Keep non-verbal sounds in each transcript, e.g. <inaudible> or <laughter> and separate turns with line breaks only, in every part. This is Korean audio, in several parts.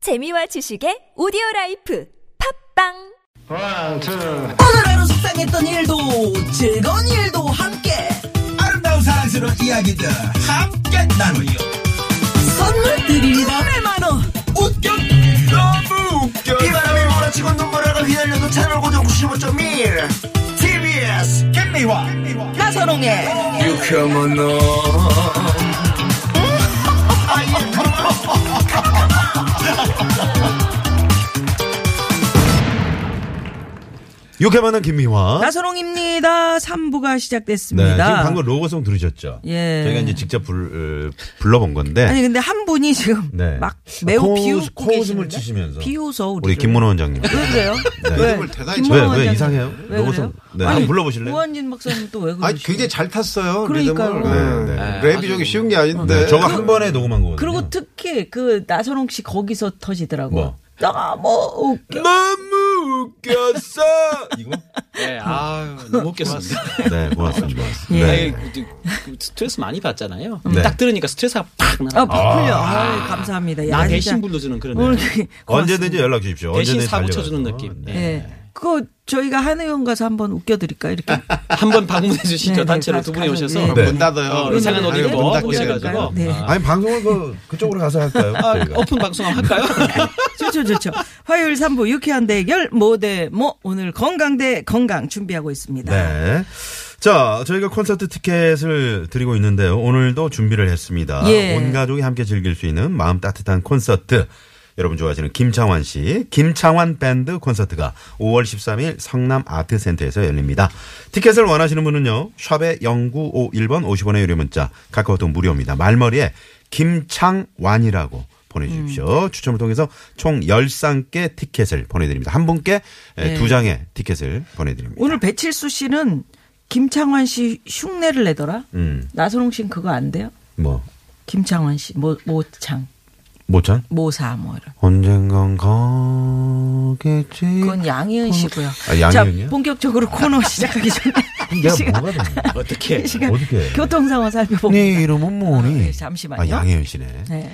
재미와 지식의 오디오 라이프 팝빵
One, two.
오늘 하루 속상했던 일도 즐거운 일도 함께
아름다운 사랑스러운 이야기들 함께 나누요.
선물 드립니다 100만원
웃겨 너무 웃겨.
비바람이 몰아치고 눈보라가 휘날려도 채널 고정 95.1 TBS
김미화
나선홍의
어?
유쾌한 너
이렇게 만난 김미화.
나선홍입니다 3부가
네, 지금
시작됐습니다
방금 로고송 들으셨죠?
예.
저희가 이제 직접 불, 어, 불러본 건데.
아니 근데 한 분이 지금
네.
막 매우
코-
비웃고 계시는데?
코웃음을 치시면서.
비웃어 우리
우리 김문호 원장님.
왜 그래요?
네.
왜?
왜,
대단히
김문호
왜
원장님.
이상해요?
왜
로고송.
그래요?
네. 한번 불러보실래요?
우한진 박사님 또 왜
아,
그러시죠?
굉장히 잘 탔어요.
그러니까요.
리듬을.
네, 네.
네. 랩이 저기 쉬운 게 아닌데.
네, 저거 한 번에 녹음한 거거든요.
그리고 특히 그 나선홍 씨 거기서 터지더라고
네. 뭐?
너무 웃겨
너무 웃겼어! 이거?
네, 아유, 너무 웃겼습니다.
네, 고맙습니다.
예.
네.
아이, 그, 그 스트레스 많이 받잖아요.
음.
네.
딱 들으니까 스트레스가 팍
아,
나나.
아, 풀려. 아, 감사합니다. 야,
나 대신
진짜.
불러주는 그런
오늘
느낌.
네. 언제든지 연락 주십시오.
대신
언제든지
사고
달려가서.
쳐주는 느낌.
네.
예. 그거 저희가 한의원 가서 한번 웃겨드릴까요? 이렇게.
한번 방문해 <laughs> 주시죠.
네, 네,
단체로
가서,
두 분이
가서,
오셔서.
네.
문 닫아요.
어,
문
이상한 옷
닫아요.
입고
문 닫게
오셔가지고.
네.
아,
아니, 방송을 그, 그쪽으로 가서 할까요?
아,
네, 저희가?
오픈 방송 한번
<laughs>
할까요?
<laughs> 좋죠, 좋죠. 화요일 3부 유쾌한 대결, 모 대 모. 오늘 건강 대 건강 준비하고 있습니다.
네. 자, 저희가 콘서트 티켓을 드리고 있는데요. 오늘도 준비를 했습니다.
예.
온 가족이 함께 즐길 수 있는 마음 따뜻한 콘서트. 여러분 좋아하시는 김창완 씨, 김창완 밴드 콘서트가 5월 13일 성남 아트센터에서 열립니다. 티켓을 원하시는 분은요, 샵에 0951번 50원의 유료 문자, 카카오톡 무료입니다. 말머리에 김창완이라고
음.
보내주십시오. 추첨을 통해서 총 13개 티켓을 보내드립니다. 한 분께 예, 두 장의 티켓을 보내드립니다.
네. 오늘 배칠수 씨는 김창환 씨 흉내를 내더라?
음.
나선홍 씨는 그거 안 돼요?
뭐
김창환 씨, 모, 모창,
모찬
모사, 뭐 이런.
언젠간 가겠지.
그건 양희은 씨고요.
아, 양희은이요?
자, 본격적으로
<laughs>
코너 시작하기 전에. 이
내가
시간,
뭐가 되냐?
어떻게?
이 시간
어떡해.
그러니까 교통상황 살펴봅니다.
네 이름은 뭐니?
아, 잠시만요.
아, 양혜윤 씨네.
네.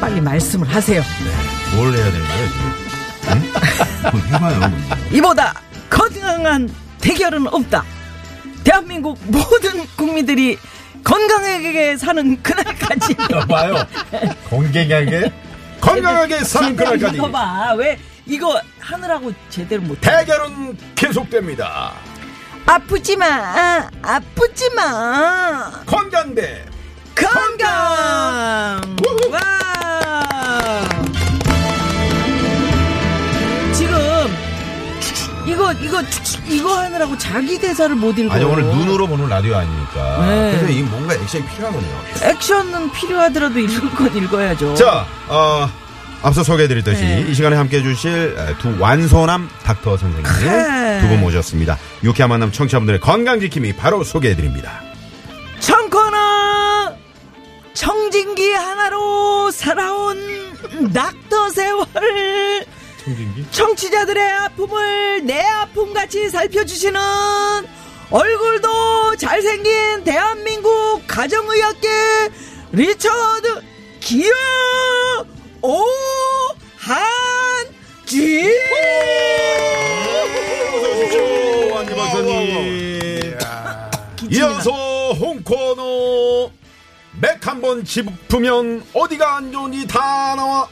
빨리 말씀을 하세요.
뭘 해야 되는 거예요 지금? 응? 한번 해봐요.
이보다 건강한 대결은 없다. 대한민국 모든 국민들이 건강하게 사는 그날까지.
봐요. 건강하게 건강하게
<laughs>
사는 <laughs> 그날까지
이거 봐. 왜 이거 하느라고 제대로 못해.
대결은 계속됩니다.
아프지 마. 아프지 마.
건강대
건강! 와! 지금 이거 이거 이거 하느라고 자기 대사를 못 읽어요.
<laughs> 아니 오늘 눈으로 보는 라디오 아니니까
네.
그래서 이 뭔가 액션이 필요하거든요.
액션은 필요하더라도 읽을 건 읽어야죠.
자, 어, 앞서 소개해드렸듯이
네.
이 시간에 함께 해주실 두 완소남 닥터 선생님
네.
두 분 모셨습니다. 유쾌한 만남 청취자분들의 건강지킴이 바로 소개해드립니다.
청코너 청진기 하나로 살아온 낙터 세월 청진기? 청취자들의 아픔을 내 아픔같이 살펴주시는 얼굴도 잘생긴 대한민국 가정의학계 리처드 기어 오한지
안기 어. 박사님. 이어서 홍코너 맥 한 번 짚으면 어디가 안 좋은지 다 나와.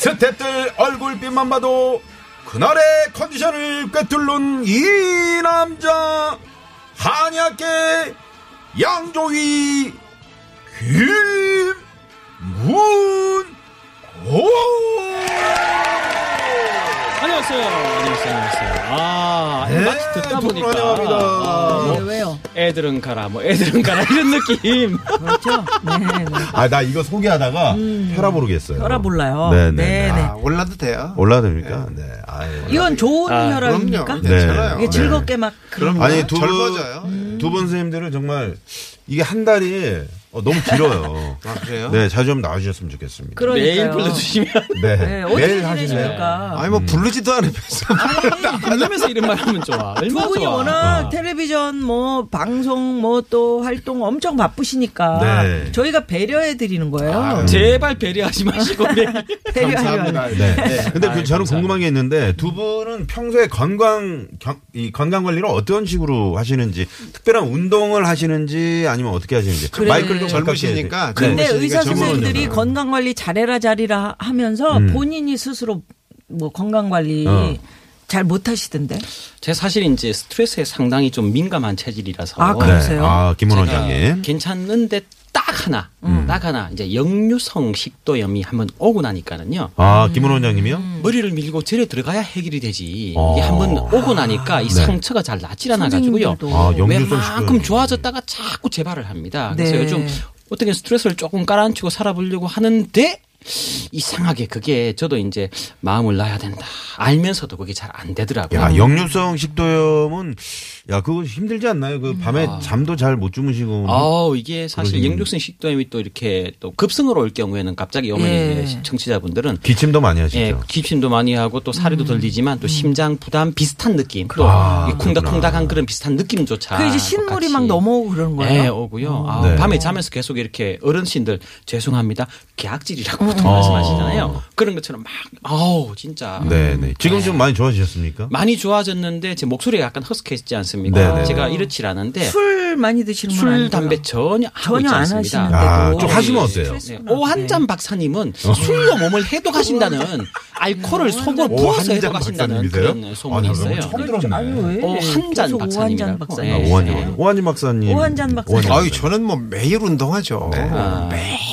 스탭들 얼굴빛만 봐도 그날의 컨디션을 꿰뚫는 이 남자 한약계 양조위 김문호
안녕하세요. 안녕하세요. 안녕하세요. 아,
네,
마치 듣다
두 분
보니까.
환영합니다.
아, 뭐
네, 왜요?
애들은 가라, 뭐 애들은 가라 이런 느낌.
<laughs> 그렇죠? 네, 네.
아 나 이거 소개하다가 혈압 오르겠어요.
혈압 올라요.
네네.
네, 네.
아,
아, 올라도 돼요.
올라도 됩니까? 네. 아유.
이건 좋은
아,
혈압입니까? 네.
그럼요. 괜찮아요.
이게
네.
즐겁게 막 그런
그럼요.
아니 두 분
젊어져요.
두 분 선생님들은 정말 이게 한 달이 어, 너무 길어요.
아, 그래요?
네, 자주 좀 나와주셨으면 좋겠습니다.
메일
그러니까요.
불러주시면
네,
네, 어떻게
매일 하실래요?
지내십니까?
음.
아니 뭐 부르지도 않으면서
<laughs> 불러면서 이런 말 하면
아,
좋아.
두
얼마나
분이
좋아.
워낙
아.
텔레비전 뭐 방송 뭐 또 활동 엄청 바쁘시니까
네.
저희가 배려해 드리는 거예요.
아, 제발 배려하지 마시고
<laughs>
매일.
배려하려고.
네. 근데 그
아이,
저는
감사합니다.
궁금한 게 있는데 두 분은 평소에 건강 경- 이 건강 관리를 어떤 식으로 하시는지 특별한 운동을 하시는지 아니면 어떻게 하시는지
네.
그래.
마이크를 좀
젊으시니까,
가까이 해야
근데
돼.
젊으시니까
의사
젊은
선생님들이
분들은.
건강 관리 잘해라 잘이라 하면서 본인이 스스로 뭐 건강 관리
어.
잘 못하시던데.
제 사실 이제 스트레스에 상당히 좀 민감한 체질이라서.
아, 그래요? 그러세요?
아, 김원
제가
원장님.
괜찮은데 딱 하나,
음.
딱 하나 이제 역류성 식도염이 한번 오고 나니까는요.
아, 김원 원장님이요?
머리를 밀고 절에 들어가야 해결이 되지.
어.
이게 한번 오고 나니까 이
네.
상처가 잘 낫질 않아가지고요.
선생님들도.
아, 역류성 식도염.
웬만큼 좋아졌다가 자꾸 재발을 합니다. 그래서
네.
요즘 어떻게 스트레스를 조금 깔아앉히고 살아보려고 하는데 이상하게 그게 저도 이제 마음을 놔야 된다 알면서도 그게 잘 안 되더라고요.
음.
야, 역류성 식도염은 야, 그거 힘들지 않나요?
음.
그 밤에
아.
잠도 잘 못 주무시고.
아우 이게 사실
음. 그러시군요.
역류성 식도염이 또 이렇게 또 급성으로 올 경우에는 갑자기 어머니
예.
청취자분들은
기침도 많이 하시죠.
예, 기침도 많이 하고 또 살이도
음.
들리지만 또 심장 부담 비슷한 느낌 또
아,
이 쿵닥쿵닥한 그런 비슷한 느낌조차
그 이제 신물이
아, 똑같이
막 넘어오고 그러는
예,
거예요. 음.
오고요. 아,
네.
밤에 자면서 계속 이렇게 어른신들 죄송합니다. 계약질이라고 보통
어.
말씀하시잖아요. 그런 것처럼 막 아우 진짜
네,
음.
네. 지금 좀 많이 좋아지셨습니까?
많이 좋아졌는데 제 목소리가 약간 허스키해지지 않습니까?
네, 네.
제가 이렇지 않은데
술 많이 드시는 건
술
아니고요.
담배 전혀
전혀
하고 있지
안
않습니다.
하시는데도
아, 좀 하시면 어때요? 예.
스트레스는
네. 오한잔 박사님은 술로 몸을 해독하신다는 알코올을 속으로 부어서
어, 오한잔
해독하신다는
박사님이세요?
그런
아니,
소문이 있어요.
처음
네.
들었네.
왜?
어, 한잔
계속 오한잔 어,
박사님이라고.
박사님.
예.
아, 오한님, 오한님 박사님.
네. 오한잔 박사님.
아유 저는 뭐 매일 운동하죠. 매일
네. 아.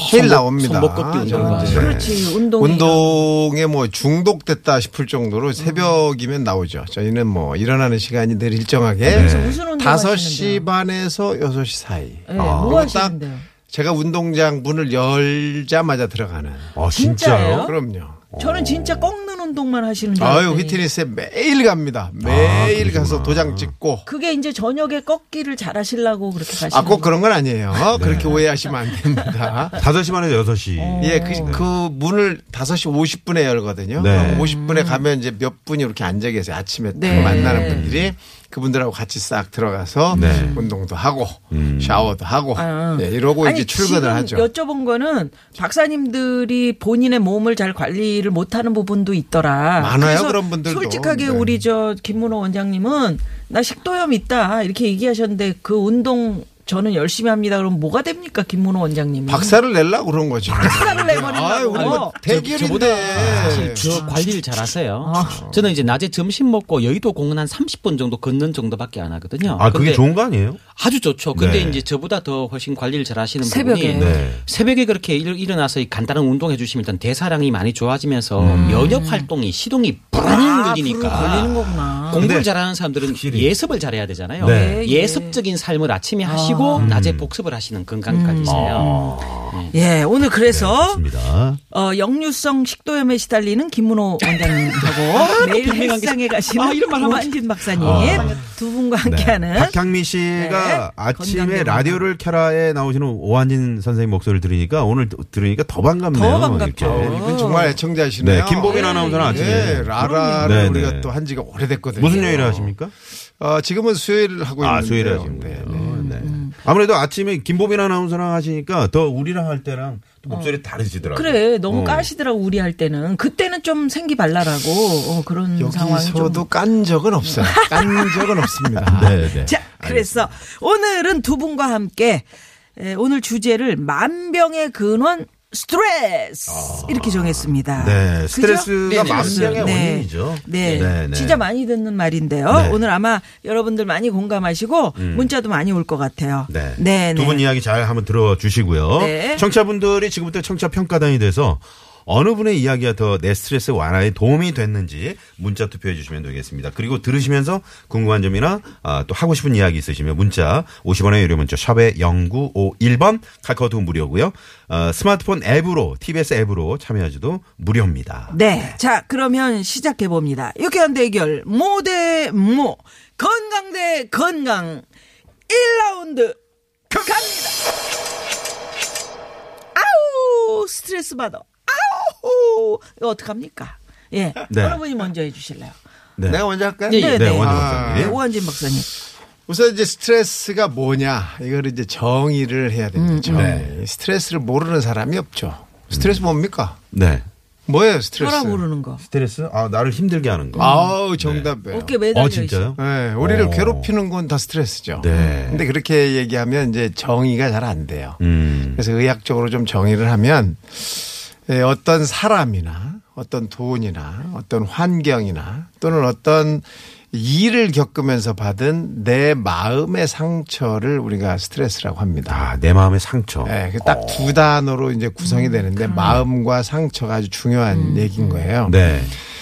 손목-
나옵니다.
손목 걷기 운동
저는
좋아하죠.
이제
네. 그렇지 운동.
운동에 뭐 중독됐다 싶을 정도로 새벽이면 나오죠. 저희는 뭐 일어나는 시간이 늘 일정하게
무슨 운동
다섯 시
하시는데요?
반에서 여섯 시 사이.
네, 뭐
아. 그리고 딱
하시는데요?
제가 운동장 문을 열자마자 들어가는. 어,
아, 진짜요?
진짜예요? 네.
그럼요.
저는 진짜 꺾는 운동만 하시는 줄
아유
알았더니
휘트니스에 매일 갑니다. 매일
아, 그러시구나.
가서 도장 찍고.
그게 이제 저녁에 꺾기를 잘 하시려고 그렇게 가시는
아 꼭
거예요?
그런 건 아니에요.
네.
그렇게 오해하시면 안 됩니다.
네.
5시 반에서 6시.
어.
예, 그, 그 문을 5시 50분에 열거든요.
네.
그럼 50분에 가면 이제 몇 분이 이렇게 앉아 계세요. 아침에 딱
네.
만나는 분들이 그분들하고 같이 싹 들어가서
네. 음.
운동도 하고 샤워도
아,
하고 예, 이러고 이제 출근을 하죠.
여쭤본 거는 박사님들이 본인의 몸을 잘 관리를 못하는 부분도 있더라.
많아요,
그래서
그런 분들도.
솔직하게
네.
우리 저 김문호 원장님은 나 식도염 있다 이렇게 얘기하셨는데 그 운동 저는 열심히 합니다. 그럼 뭐가 됩니까, 김문호 원장님이?
박사를 내려고
<laughs>
그런 거죠.
박사를 내버린다고.
아유, 우리 뭐
사실
아,
대결인데.
아,
저 관리를 잘 하세요. 저는 이제 낮에 점심 먹고 여의도 공원 한 30분 정도 걷는 정도밖에 안 하거든요.
아, 그게
근데
좋은 거 아니에요?
아주 좋죠. 근데
네.
이제 저보다 더 훨씬 관리를 잘 하시는
새벽에.
분이
네.
새벽에 그렇게 일, 일어나서 이 간단한 운동 해주시면 일단 대사량이 많이 좋아지면서
음.
면역 활동이 시동이 부릉
아, 걸리는
걸리니까
거구나.
네.
공부를 잘하는 사람들은 예습을 잘해야 되잖아요.
네. 음.
예, 예.
예습적인 삶을 아침에 음. 하시고 낮에 복습을 하시는 건강까지 있어요.
예, 오늘 그래서
좋습니다. 네.
어, 역류성 식도염에 시달리는 김문호 원장님하고 매일 헬스장에 가시는
아, 이런 말 하면
오한진 박사님 예, 두 분과
네.
함께하는
박향미 씨가
네.
아침에
건강대문.
라디오를 켜라에 나오시는 오한진 선생님 목소리를 들으니까 오늘 들으니까 더 반갑네요.
더 반갑죠.
이렇게.
이분 정말 애청자시네요.
네, 김보빈 아나운서는 아침에.
예,
그럼요.
라라를
네,
우리가
네.
또 한 지가 오래됐거든요.
무슨 요일을 하십니까?
어, 지금은 수요일을 하고 있는데.
아, 수요일에 하십니다. 네.
음,
아무래도 아침에 김보빈 아나운서랑 하시니까 더 우리랑 할 때랑 또 목소리 다르시더라고요.
어. 그래 너무
어.
까시더라고 우리 할 때는 그때는 좀 생기 발랄하고 어, 그런 상황이 좀.
여기서도 깐
<laughs>
적은 없어요. 깐
<laughs>
적은 없습니다.
네, 네.
자 그래서 오늘은 두 분과 함께 에, 오늘 주제를 만병의 근원 스트레스 이렇게 정했습니다.
네, 스트레스가
그죠?
만병의
네.
원인이죠.
네.
네, 네.
진짜 많이 듣는 말인데요.
네. 음.
오늘 아마 여러분들 많이 공감하시고 문자도 많이 올 것 같아요.
네.
네,
두 분 이야기 잘 한번 들어주시고요.
네.
청취자분들이 지금부터 청취자 평가단이 돼서 어느 분의 이야기가 더 내 스트레스 완화에 도움이 됐는지 문자 투표해 주시면 되겠습니다. 그리고 들으시면서 궁금한 점이나 아, 또 하고 싶은 이야기 있으시면 문자 50원의 유료 문자 샵에 0951번 카카오톡 무료고요. 어, 스마트폰 앱으로 TBS 앱으로 참여하지도 무료입니다.
네. 자, 그러면 시작해 봅니다. 유쾌한 대결, 모 대 모. 건강 대 건강. 1라운드, 갑니다. 아우 스트레스 받아. 아우 이거 어떡합니까? 예.
네.
어느 분이 먼저 해주실래요?
네.
내가 먼저 할까요?
예, 예.
네,
네,
네.
원진
아.
네,
박사님.
오한진 박사님.
우선 이제 스트레스가 뭐냐 이거를 이제 정의를 해야
음,
됩니다. 정의. 스트레스를 모르는 사람이 없죠.
음.
스트레스 뭡니까?
네.
뭐예요 스트레스?
뭐라 모르는 거.
스트레스? 아, 나를 힘들게 하는 거.
아우 정답이에요.
음. 어깨 매달려
어,
있어.
진짜요?
네, 우리를
어.
괴롭히는 건 다 스트레스죠.
네.
근데 그렇게 얘기하면 이제 정의가 잘 안 돼요.
음.
그래서 의학적으로 좀 정의를 하면 예, 어떤 사람이나 어떤 돈이나 어떤 환경이나 또는 어떤 일을 겪으면서 받은 내 마음의 상처를 우리가 스트레스라고 합니다.
아, 내 마음의 상처.
예, 딱 두 단어로 이제 구성이 되는데 마음과 상처가 아주 중요한 얘기인 거예요.
네.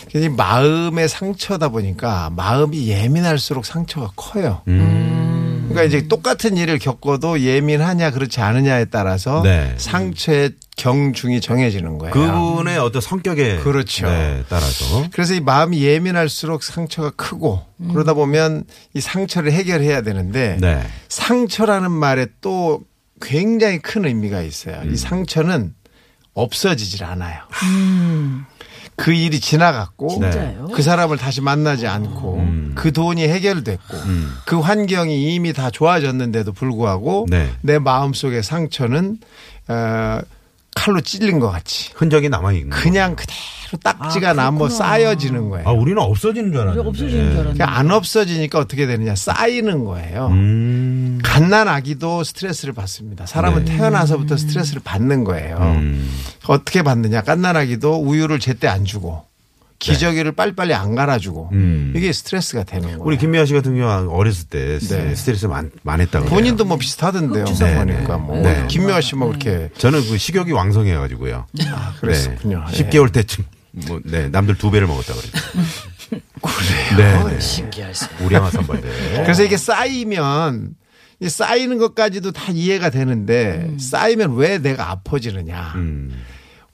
그래서 이 마음의 상처다 보니까 마음이 예민할수록 상처가 커요.
음.
그러니까 이제 똑같은 일을 겪어도 예민하냐 그렇지 않느냐에 따라서
네.
상처의 경중이 정해지는 거예요.
그분의 어떤 성격에
그렇죠.
네, 따라서
그래서 이 마음이 예민할수록 상처가 크고 그러다 보면 이 상처를 해결해야 되는데
네.
상처라는 말에 또 굉장히 큰 의미가 있어요. 이 상처는 없어지질 않아요. 그 일이 지나갔고
음. 진짜요?
그 사람을 다시 만나지 않고 그 돈이 해결됐고 그 환경이 이미 다 좋아졌는데도 불구하고
네.
내 마음속의 상처는 어, 칼로 찔린 것 같이
흔적이 남아 있는.
그냥 그대로 딱지가 남아 쌓여지는 거예요.
아, 우리는 없어지는 줄 알았는데.
없어지는 줄 알았는데.
그러니까 안 없어지니까 어떻게 되느냐 쌓이는 거예요.
음.
갓난 아기도 스트레스를 받습니다. 사람은
네.
태어나서부터 스트레스를 받는 거예요.
음.
어떻게 받느냐? 갓난 아기도 우유를 제때 안 주고 기저귀를 빨리빨리 안 갈아주고 이게 스트레스가 되는 거예요.
네. 음. 우리 김미아 씨 같은 경우 어렸을 때 스트레스 많, 많았다고. 그래요.
본인도 뭐 비슷하던데요. 보니까 뭐
네.
김미화 씨뭐 그렇게
저는 그 식욕이 왕성해가지고요. 아,
그랬었군요. 예.
10개월 때쯤, 뭐, 네, 남들 두 배를 먹었다 <laughs> 그랬죠.
그래요.
네, 네.
신기하시.
우량아 선발대.
그래서 이게 쌓이면 이 쌓이는 것까지도 다 이해가 되는데 쌓이면 왜 내가 아파지느냐.
음.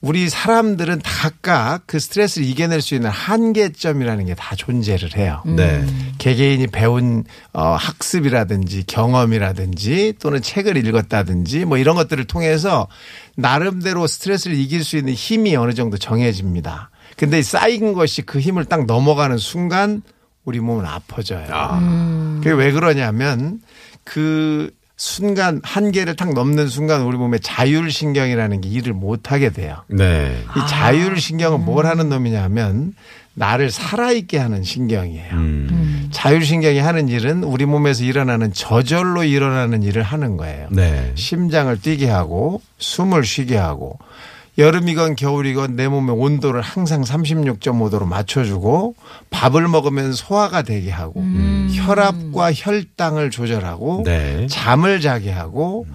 우리 사람들은 다 각각 그 스트레스를 이겨낼 수 있는 한계점이라는 게 다 존재를 해요.
네.
개개인이 배운 어, 학습이라든지 경험이라든지 또는 책을 읽었다든지 뭐 이런 것들을 통해서 나름대로 스트레스를 이길 수 있는 힘이 어느 정도 정해집니다. 근데 이 쌓인 것이 그 힘을 딱 넘어가는 순간 우리 몸은 아파져요. 음. 그게 왜 그러냐면 그 순간 한계를 딱 넘는 순간 우리 몸에 자율신경이라는 게 일을 못 하게 돼요.
네.
이 자율신경은 뭘 하는 놈이냐면 나를 살아있게 하는 신경이에요. 자율신경이 하는 일은 우리 몸에서 일어나는 저절로 일어나는 일을 하는 거예요.
네.
심장을 뛰게 하고 숨을 쉬게 하고 여름이건 겨울이건 내 몸의 온도를 항상 36.5도로 맞춰주고 밥을 먹으면 소화가 되게 하고 혈압과 혈당을 조절하고
네.
잠을 자게 하고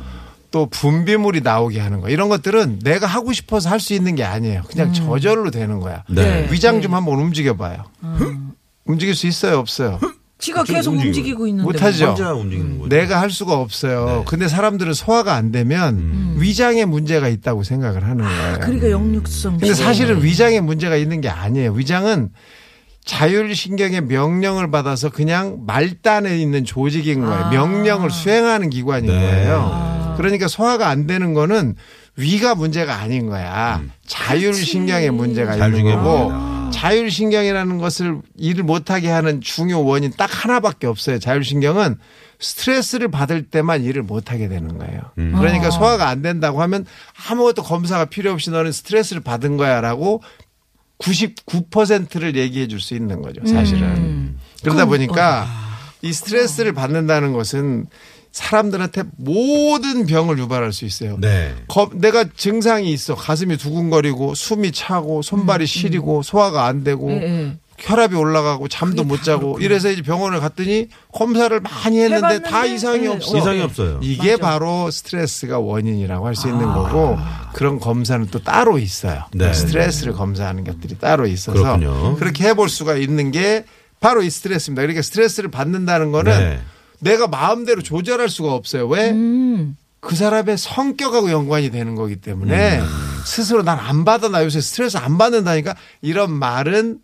또 분비물이 나오게 하는 거 이런 것들은 내가 하고 싶어서 할 수 있는 게 아니에요. 그냥 저절로 되는 거야.
네.
위장 좀 한번 움직여봐요. 움직일 수 있어요, 없어요?
지가 계속
움직이고.
움직이고 있는데.
못하죠.
혼자 움직이는 거죠.
내가 할 수가 없어요. 근데 사람들은 소화가 안 되면 위장에 문제가 있다고 생각을 하는 거예요.
그러니까 역류성.
근데 사실은 위장에 문제가 있는 게 아니에요. 위장은 자율신경의 명령을 받아서 그냥 말단에 있는 조직인 거예요. 명령을 수행하는 기관인 거예요. 그러니까 소화가 안 되는 거는 위가 문제가 아닌 거야. 자율신경의 문제가 있는
자율신경의
거고
문제다.
자율신경이라는 것을 일을 못하게 하는 중요 원인 딱 하나밖에 없어요. 자율신경은 스트레스를 받을 때만 일을 못하게 되는 거예요. 그러니까 소화가 안 된다고 하면 아무것도 검사가 필요 없이 너는 스트레스를 받은 거야 라고 99%를 얘기해 줄 수 있는 거죠, 사실은. 음. 그러다 보니까 이 스트레스를 받는다는 것은 사람들한테 모든 병을 유발할 수 있어요.
네.
겁- 내가 증상이 있어. 가슴이 두근거리고 숨이 차고 손발이 시리고 소화가 안 되고 혈압이 올라가고 잠도 못 자고 이래서 이제 병원을 갔더니 검사를 많이 했는데 다
해봤는데?
이상이
네,
없어.
이상이 없어요.
이게 바로 스트레스가 원인이라고 할 수
아.
있는 거고 그런 검사는 또 따로 있어요.
네.
스트레스를 검사하는 것들이 따로 있어서
그렇군요.
게 해볼 수가 있는 게 바로 이 스트레스입니다. 그러니까 스트레스를 받는다는 거는
네.
내가 마음대로 조절할 수가 없어요. 왜?
음.
그 사람의 성격하고 연관이 되는 거기
음.
때문에 스스로 난 안 받아 나 요새 스트레스 안 받는다니까 이런 말은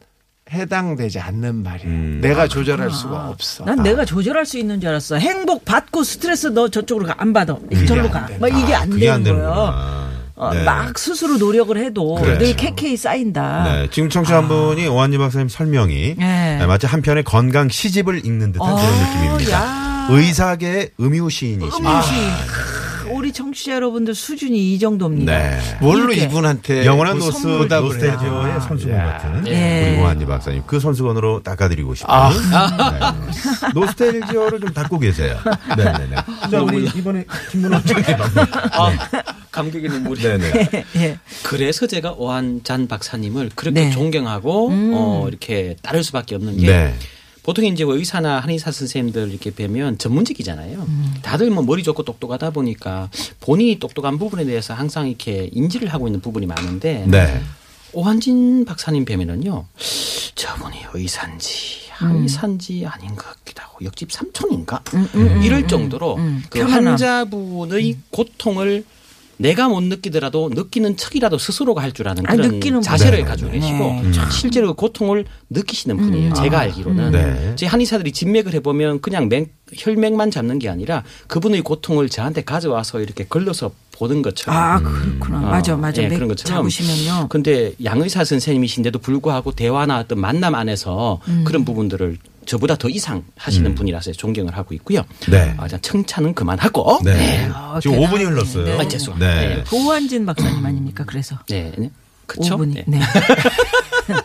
해당되지 않는 말이에요.
음.
내가 조절할 수가 없어.
아, 난 내가 조절할 수 있는 줄 알았어. 행복 받고 스트레스 너 저쪽으로 가, 안 받아. 저리로 가.
안
막 이게 안
아, 그게 안
되는 거예요.
되는구나.
어,
네.
막 스스로 노력을 해도
그래요.
그렇죠.
늘 캐캐이 쌓인다.
네, 지금 청취 한 분이 오한지 박사님 설명이
아. 네.
네, 마치 한 편의 건강 시집을 읽는 듯한 그런 느낌입니다.
야.
의사계 음유 시인이십니다.
아.
음식. 크, 우리 청취자 여러분들 수준이 이 정도입니다.
네.
뭘로
이렇게.
이분한테
영원한
그
노스
선물을 보답을 해요?
노스테디오의 선수건
야.
같은
예.
우리 오한지 박사님 그 선수건으로 닦아드리고 싶어요. 네. 노스테디오를 좀 닦고 계세요. 네네네. 자 우리 이번에 김문호 작가님.
<laughs> 감격의 눈물이.
네네.
예.
그래서 제가 오한잔 박사님을 그렇게
네.
존경하고 어, 이렇게 따를 수밖에 없는 게
네.
보통 이제 의사나 한의사 선생님들 이렇게 뵈면 전문직이잖아요. 다들 뭐 머리 좋고 똑똑하다 보니까 본인이 똑똑한 부분에 대해서 항상 이렇게 인지를 하고 있는 부분이 많은데
네.
오한진 박사님 뵈면은요 저분이 의사인지
음.
한의사인지 아닌 것 같기도 하고 옆집 삼촌인가
음,
이럴 정도로 그
편안함. 음.
환자분의 고통을 내가 못 느끼더라도 느끼는 척이라도 스스로가 할 줄 아는
아,
그런
느끼는 음.
자세를
분.
가지고
네,
계시고 실제로 그 고통을 느끼시는 분이에요. 제가
아.
알기로는
네.
저희 한의사들이 진맥을 해보면 그냥 맹, 혈맥만 잡는 게 아니라 그분의 고통을 저한테 가져와서 이렇게 걸러서 보는 것처럼
아,
음.
그렇구나. 맞아, 맞아.
예,
맥
그런 그- 것처럼.
잡으시면요.
근데 양의사 선생님이신데도 불구하고 대화나 어떤 만남 안에서
음.
그런 부분들을 저보다 더 이상 하시는 분이라서 존경을 하고 있고요.
음. 네.
아, 자, 칭찬은 그만하고.
네.
아,
지금
대단하네.
5분이 흘렀어요.
네.
아, 죄송합니다.
네.
오한진 박사님 아닙니까? 그래서.
네. 네. 그쵸?
오분이.
<laughs> 네. 그
네.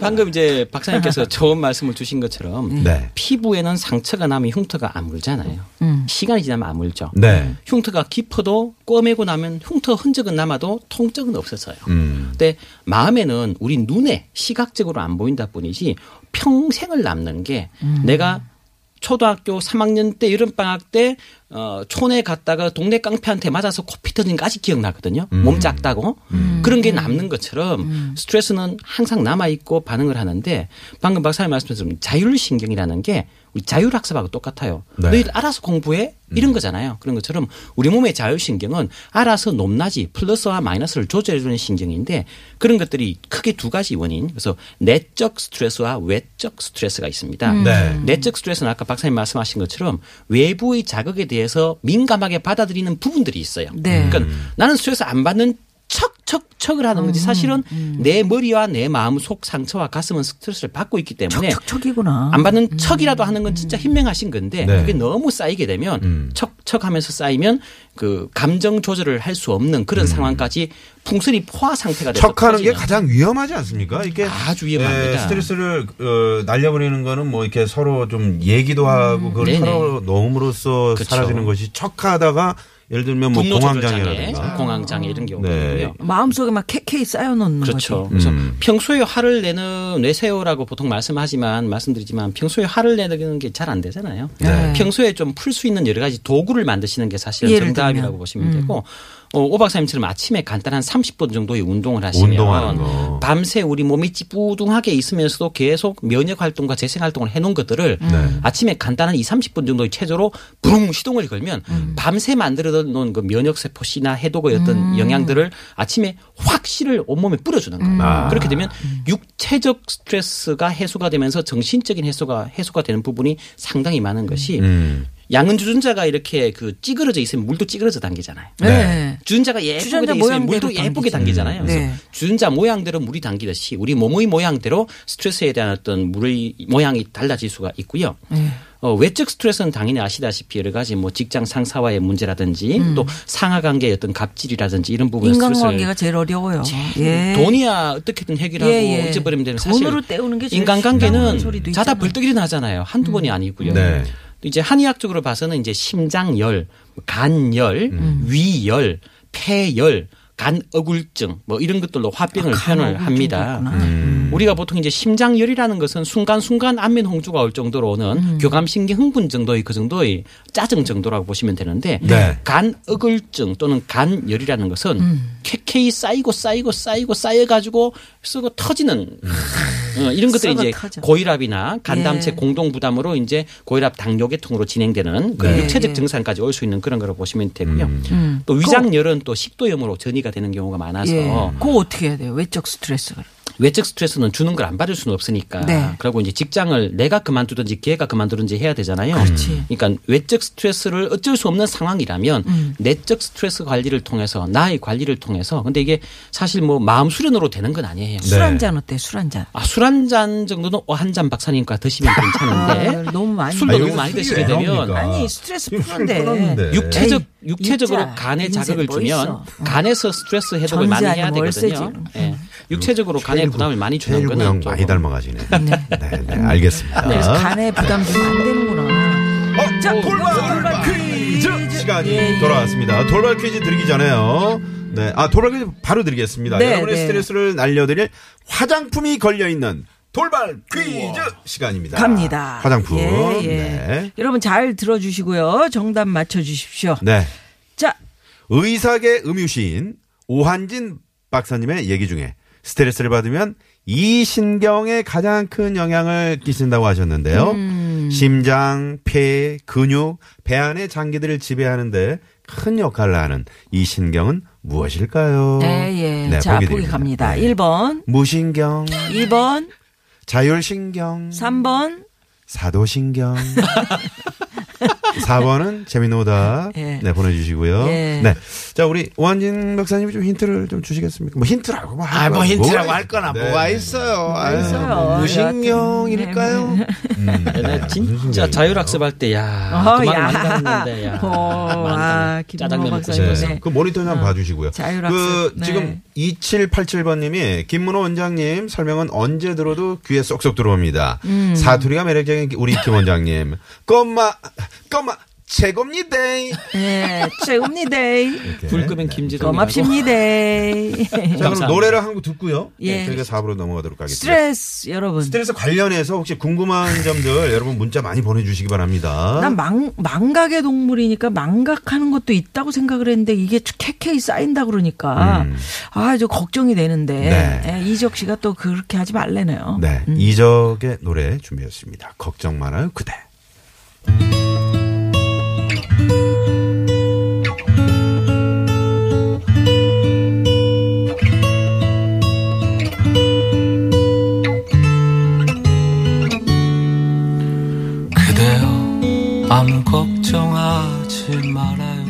방금 이제
<laughs>
박사님께서 좋은 말씀을 주신 것처럼
네.
피부에는 상처가 나면 흉터가 아물잖아요.
음.
시간이 지나면 아물죠.
네.
흉터가 깊어도 꿰매고 나면 흉터 흔적은 남아도 통증은 없어서요.
음.
근데 마음에는 우리 눈에 시각적으로 안 보인다 뿐이지 평생을 남는 게 내가 초등학교 3학년 때 여름방학 때 어, 촌에 갔다가 동네 깡패한테 맞아서 코피 터진 거 아직 기억나거든요. 몸 작다고. 그런 게 남는 것처럼 스트레스는 항상 남아있고 반응을 하는데 방금 박사님 말씀처럼 자율신경이라는 게 우리 자율학습하고 똑같아요.
네.
너희들 알아서 공부해? 이런 거잖아요. 그런 것처럼 우리 몸의 자율신경은 알아서 높낮이 플러스와 마이너스를 조절해주는 신경인데 그런 것들이 크게 두 가지 원인. 그래서 내적 스트레스와 외적 스트레스가 있습니다.
네.
내적 스트레스는 아까 박사님 말씀하신 것처럼 외부의 자극에 대해서 민감하게 받아들이는 부분들이 있어요.
네.
그러니까 나는 스트레스 안 받는 척, 척, 척을 하는 거지 사실은 내 머리와 내 마음 속 상처와 가슴은 스트레스를 받고 있기 때문에
척척척이구나.
안 받는 척이라도 하는 건 진짜 힘명하신 건데
아, 음. 네. 음.
그게 너무 쌓이게 되면 척척하면서 쌓이면 그 감정 조절을 할 수 없는 그런 상황까지 풍선이 포화 상태가 돼서
음. 척하는 게
터지는.
가장 위험하지 않습니까? 이게 예,
아주 위험합니다.
스트레스를 어, 날려버리는 거는 뭐 이렇게 서로 좀 얘기도 하고 그걸
음, 네네.
서로 넣음으로써
그쵸.
사라지는 것이 척하다가 예를 들면 뭐
분노 조절 장애, 아,
공황장애라든가
공황장애 이런 경우가
네.
있고요.
마음속에 막 캐캐이 쌓여놓는
그렇죠.
거지.
그래서
음.
평소에 화를 내는 내세요라고 보통 말씀하지만 말씀드리지만 평소에 화를 내는 게 잘 안 되잖아요.
네.
평소에 좀 풀 수 있는 여러 가지 도구를 만드시는 게 사실은
예를
정답이라고
들면.
음.
보시면 되고 어, 오 박사님처럼 아침에 간단한 30분 정도의 운동을 하시면
운동하는 거.
밤새 우리 몸이 찌뿌둥하게 있으면서도 계속 면역 활동과 재생 활동을 해놓은 것들을
네.
아침에 간단한 2, 30분 정도의 체조로 부릉 시동을 걸면
음.
밤새 만들어 놓은 그 면역 세포씨나 해독의 어떤 영양들을 아침에 확 씨를 온몸에 뿌려주는 거예요.
아.
그렇게 되면 육체적 스트레스가 해소가 되면서 정신적인 해소가 해소가 되는 부분이 상당히 많은 것이
음.
양은 주전자가 이렇게 그 찌그러져 있으면 물도 찌그러져 당기잖아요.
네.
주전자가 예쁘게
주전자
돼 있으면
모양대로
물도
당기죠.
예쁘게 당기잖아요.
네.
그래서 주전자 모양대로 물이 당기듯이 우리 몸의 모양대로 스트레스에 대한 어떤 물의 모양이 달라질 수가 있고요.
네.
어, 외적 스트레스는 당연히 아시다시피 여러 가지 뭐 직장 상사와의 문제라든지 또 상하 관계의 어떤 갑질이라든지 이런 부분
음. 인간관계가 제일 어려워요. 예.
돈이야 어떻게든 해결하고
예, 예.
잊어버리면 되는 사실
돈으로 때우는 게 제일 쉽다는 소리도
인간관계는 자다
있잖아요. 음.
벌떡 일어나잖아요 한두 번이 아니고요
네.
또 이제 한의학적으로 봐서는 이제 심장열 간열 위열 폐열 간어굴증 뭐 이런 것들로
아,
화병을 표현을 합니다. 음. 우리가 보통 이제 심장열이라는 것은 순간순간 안면 홍조가 올 정도로 오는
음.
교감신경 흥분 정도의 그 정도의 짜증 정도라고 보시면 되는데
네.
간어글증 또는 간열이라는 것은
음.
캐캐이 쌓이고 쌓이고 쌓이고 쌓여가지고 쓰고 터지는 어, 이런 것들이
음. 썩어
이제
터져.
고혈압이나 간담체
예.
공동 부담으로 이제 고혈압 당뇨계통으로 진행되는 그런
네.
육체적
예. 음.
증상까지 올 수 있는 그런 거라고 보시면 되고요. 또 위장열은 또 식도염으로 전이가 되는 경우가 많아서
예. 그거 어떻게 해야 돼요? 외적 스트레스가.
외적 스트레스는 주는 걸 안 받을 수는 없으니까.
네.
그리고 이제 직장을 내가 그만두든지 걔가 그만두든지 해야 되잖아요.
그렇지.
그러니까 외적 스트레스를 어쩔 수 없는 상황이라면
음.
내적 스트레스 관리를 통해서 나의 관리를 통해서 근데 이게 사실 뭐 마음 수련으로 되는 건 아니에요.
술 한 잔 어때? 술 한 잔.
아, 술 한 잔 정도는 어, 한잔
<laughs>
박사님과 드시면
아,
괜찮은데
너무 많이.
술도
아,
너무
여기서
많이
술이
드시게
왜
되면
나옵니까?
아니 스트레스
지금 술
푸는데. 네,
끊었는데.
<laughs> 육체적
에이,
육체적으로
있자.
간에
인생
자극을
뭐
주면
있어.
간에서 스트레스 해독을 많이
전지
해야
아니고
되거든요.
월세지.
예. 육체적으로 간에
제일
부담을
구-
많이
제일
주는
구형
거는
많이
조금 <laughs>
닮아가시네. 네, 네, 알겠습니다.
그래서 간에 부담 주면 안 되는구나.
아? 어,
자,
돌발,
돌발
퀴즈
퀴즈.
시간이
예, 예.
돌아왔습니다. 돌발 퀴즈 드리기 전에요. 네, 아 돌발 퀴즈 바로 드리겠습니다.
네,
여러분의
네.
스트레스를 날려드릴 화장품이 걸려 있는 돌발 퀴즈 시간입니다.
갑니다.
화장품.
예, 예.
네.
여러분 잘 들어주시고요. 정답 맞춰주십시오.
네.
자,
의사계 음유시인 오한진 박사님의 얘기 중에 스트레스를 받으면 이 신경에 가장 큰 영향을 끼친다고 하셨는데요.
음.
심장, 폐, 근육, 배 안의 장기들을 지배하는데 큰 역할을 하는 이 신경은 무엇일까요? 네,
예, 예. 자, 보기
어. 드립니다.
갑니다.
네.
1번,
무신경,
2번,
자율신경,
3번.
사도신경. <laughs> 4번은 재미노다.
예.
네, 보내주시고요.
예.
네. 자, 우리 오한진 박사님이 좀 힌트를 좀 주시겠습니까? 뭐 힌트라고 뭐
아,
할
뭐
거야.
힌트라고
뭐가
할 거나
있-
뭐가
네.
있어요. 아유,
있어요.
뭐 무신경일까요?
내가 네,
네,
진짜 자율학습할 때야
어허,
도망
아, 야.
아, 많이 갔는데 야
<laughs> 어,
많이
아,
갔네.
김모
짜장면 먹고
박사님.
싶어서
네.
그 모니터 좀 봐주시고요.
자율학습.
그
네.
지금 2787번님이 김문호 원장님 설명은 언제 들어도 귀에 쏙쏙 들어옵니다.
음.
사투리가 매력적인 우리 김 원장님. 껌마 껌마 최고입니다.
예,
<laughs>
최고입니다.
불금엔 김지동
고맙습니다.
자, 그럼
감사합니다.
노래를 한 곡 듣고요.
네. 예.
예. 저희가 4부로 넘어가도록 하겠습니다.
<laughs> 스트레스, 여러분.
스트레스 관련해서 혹시 궁금한 점들 여러분 문자 많이 보내주시기 바랍니다.
난 망, 망각의 동물이니까 망각하는 것도 있다고 생각을 했는데 이게 캐캐이 쌓인다 그러니까
음.
아 저 걱정이 되는데
네.
예, 이적 씨가 또 그렇게 하지 말래네요.
네. 이적의 노래 준비했습니다. 걱정 말아요, 그대.
그대여 아무 걱정하지 말아요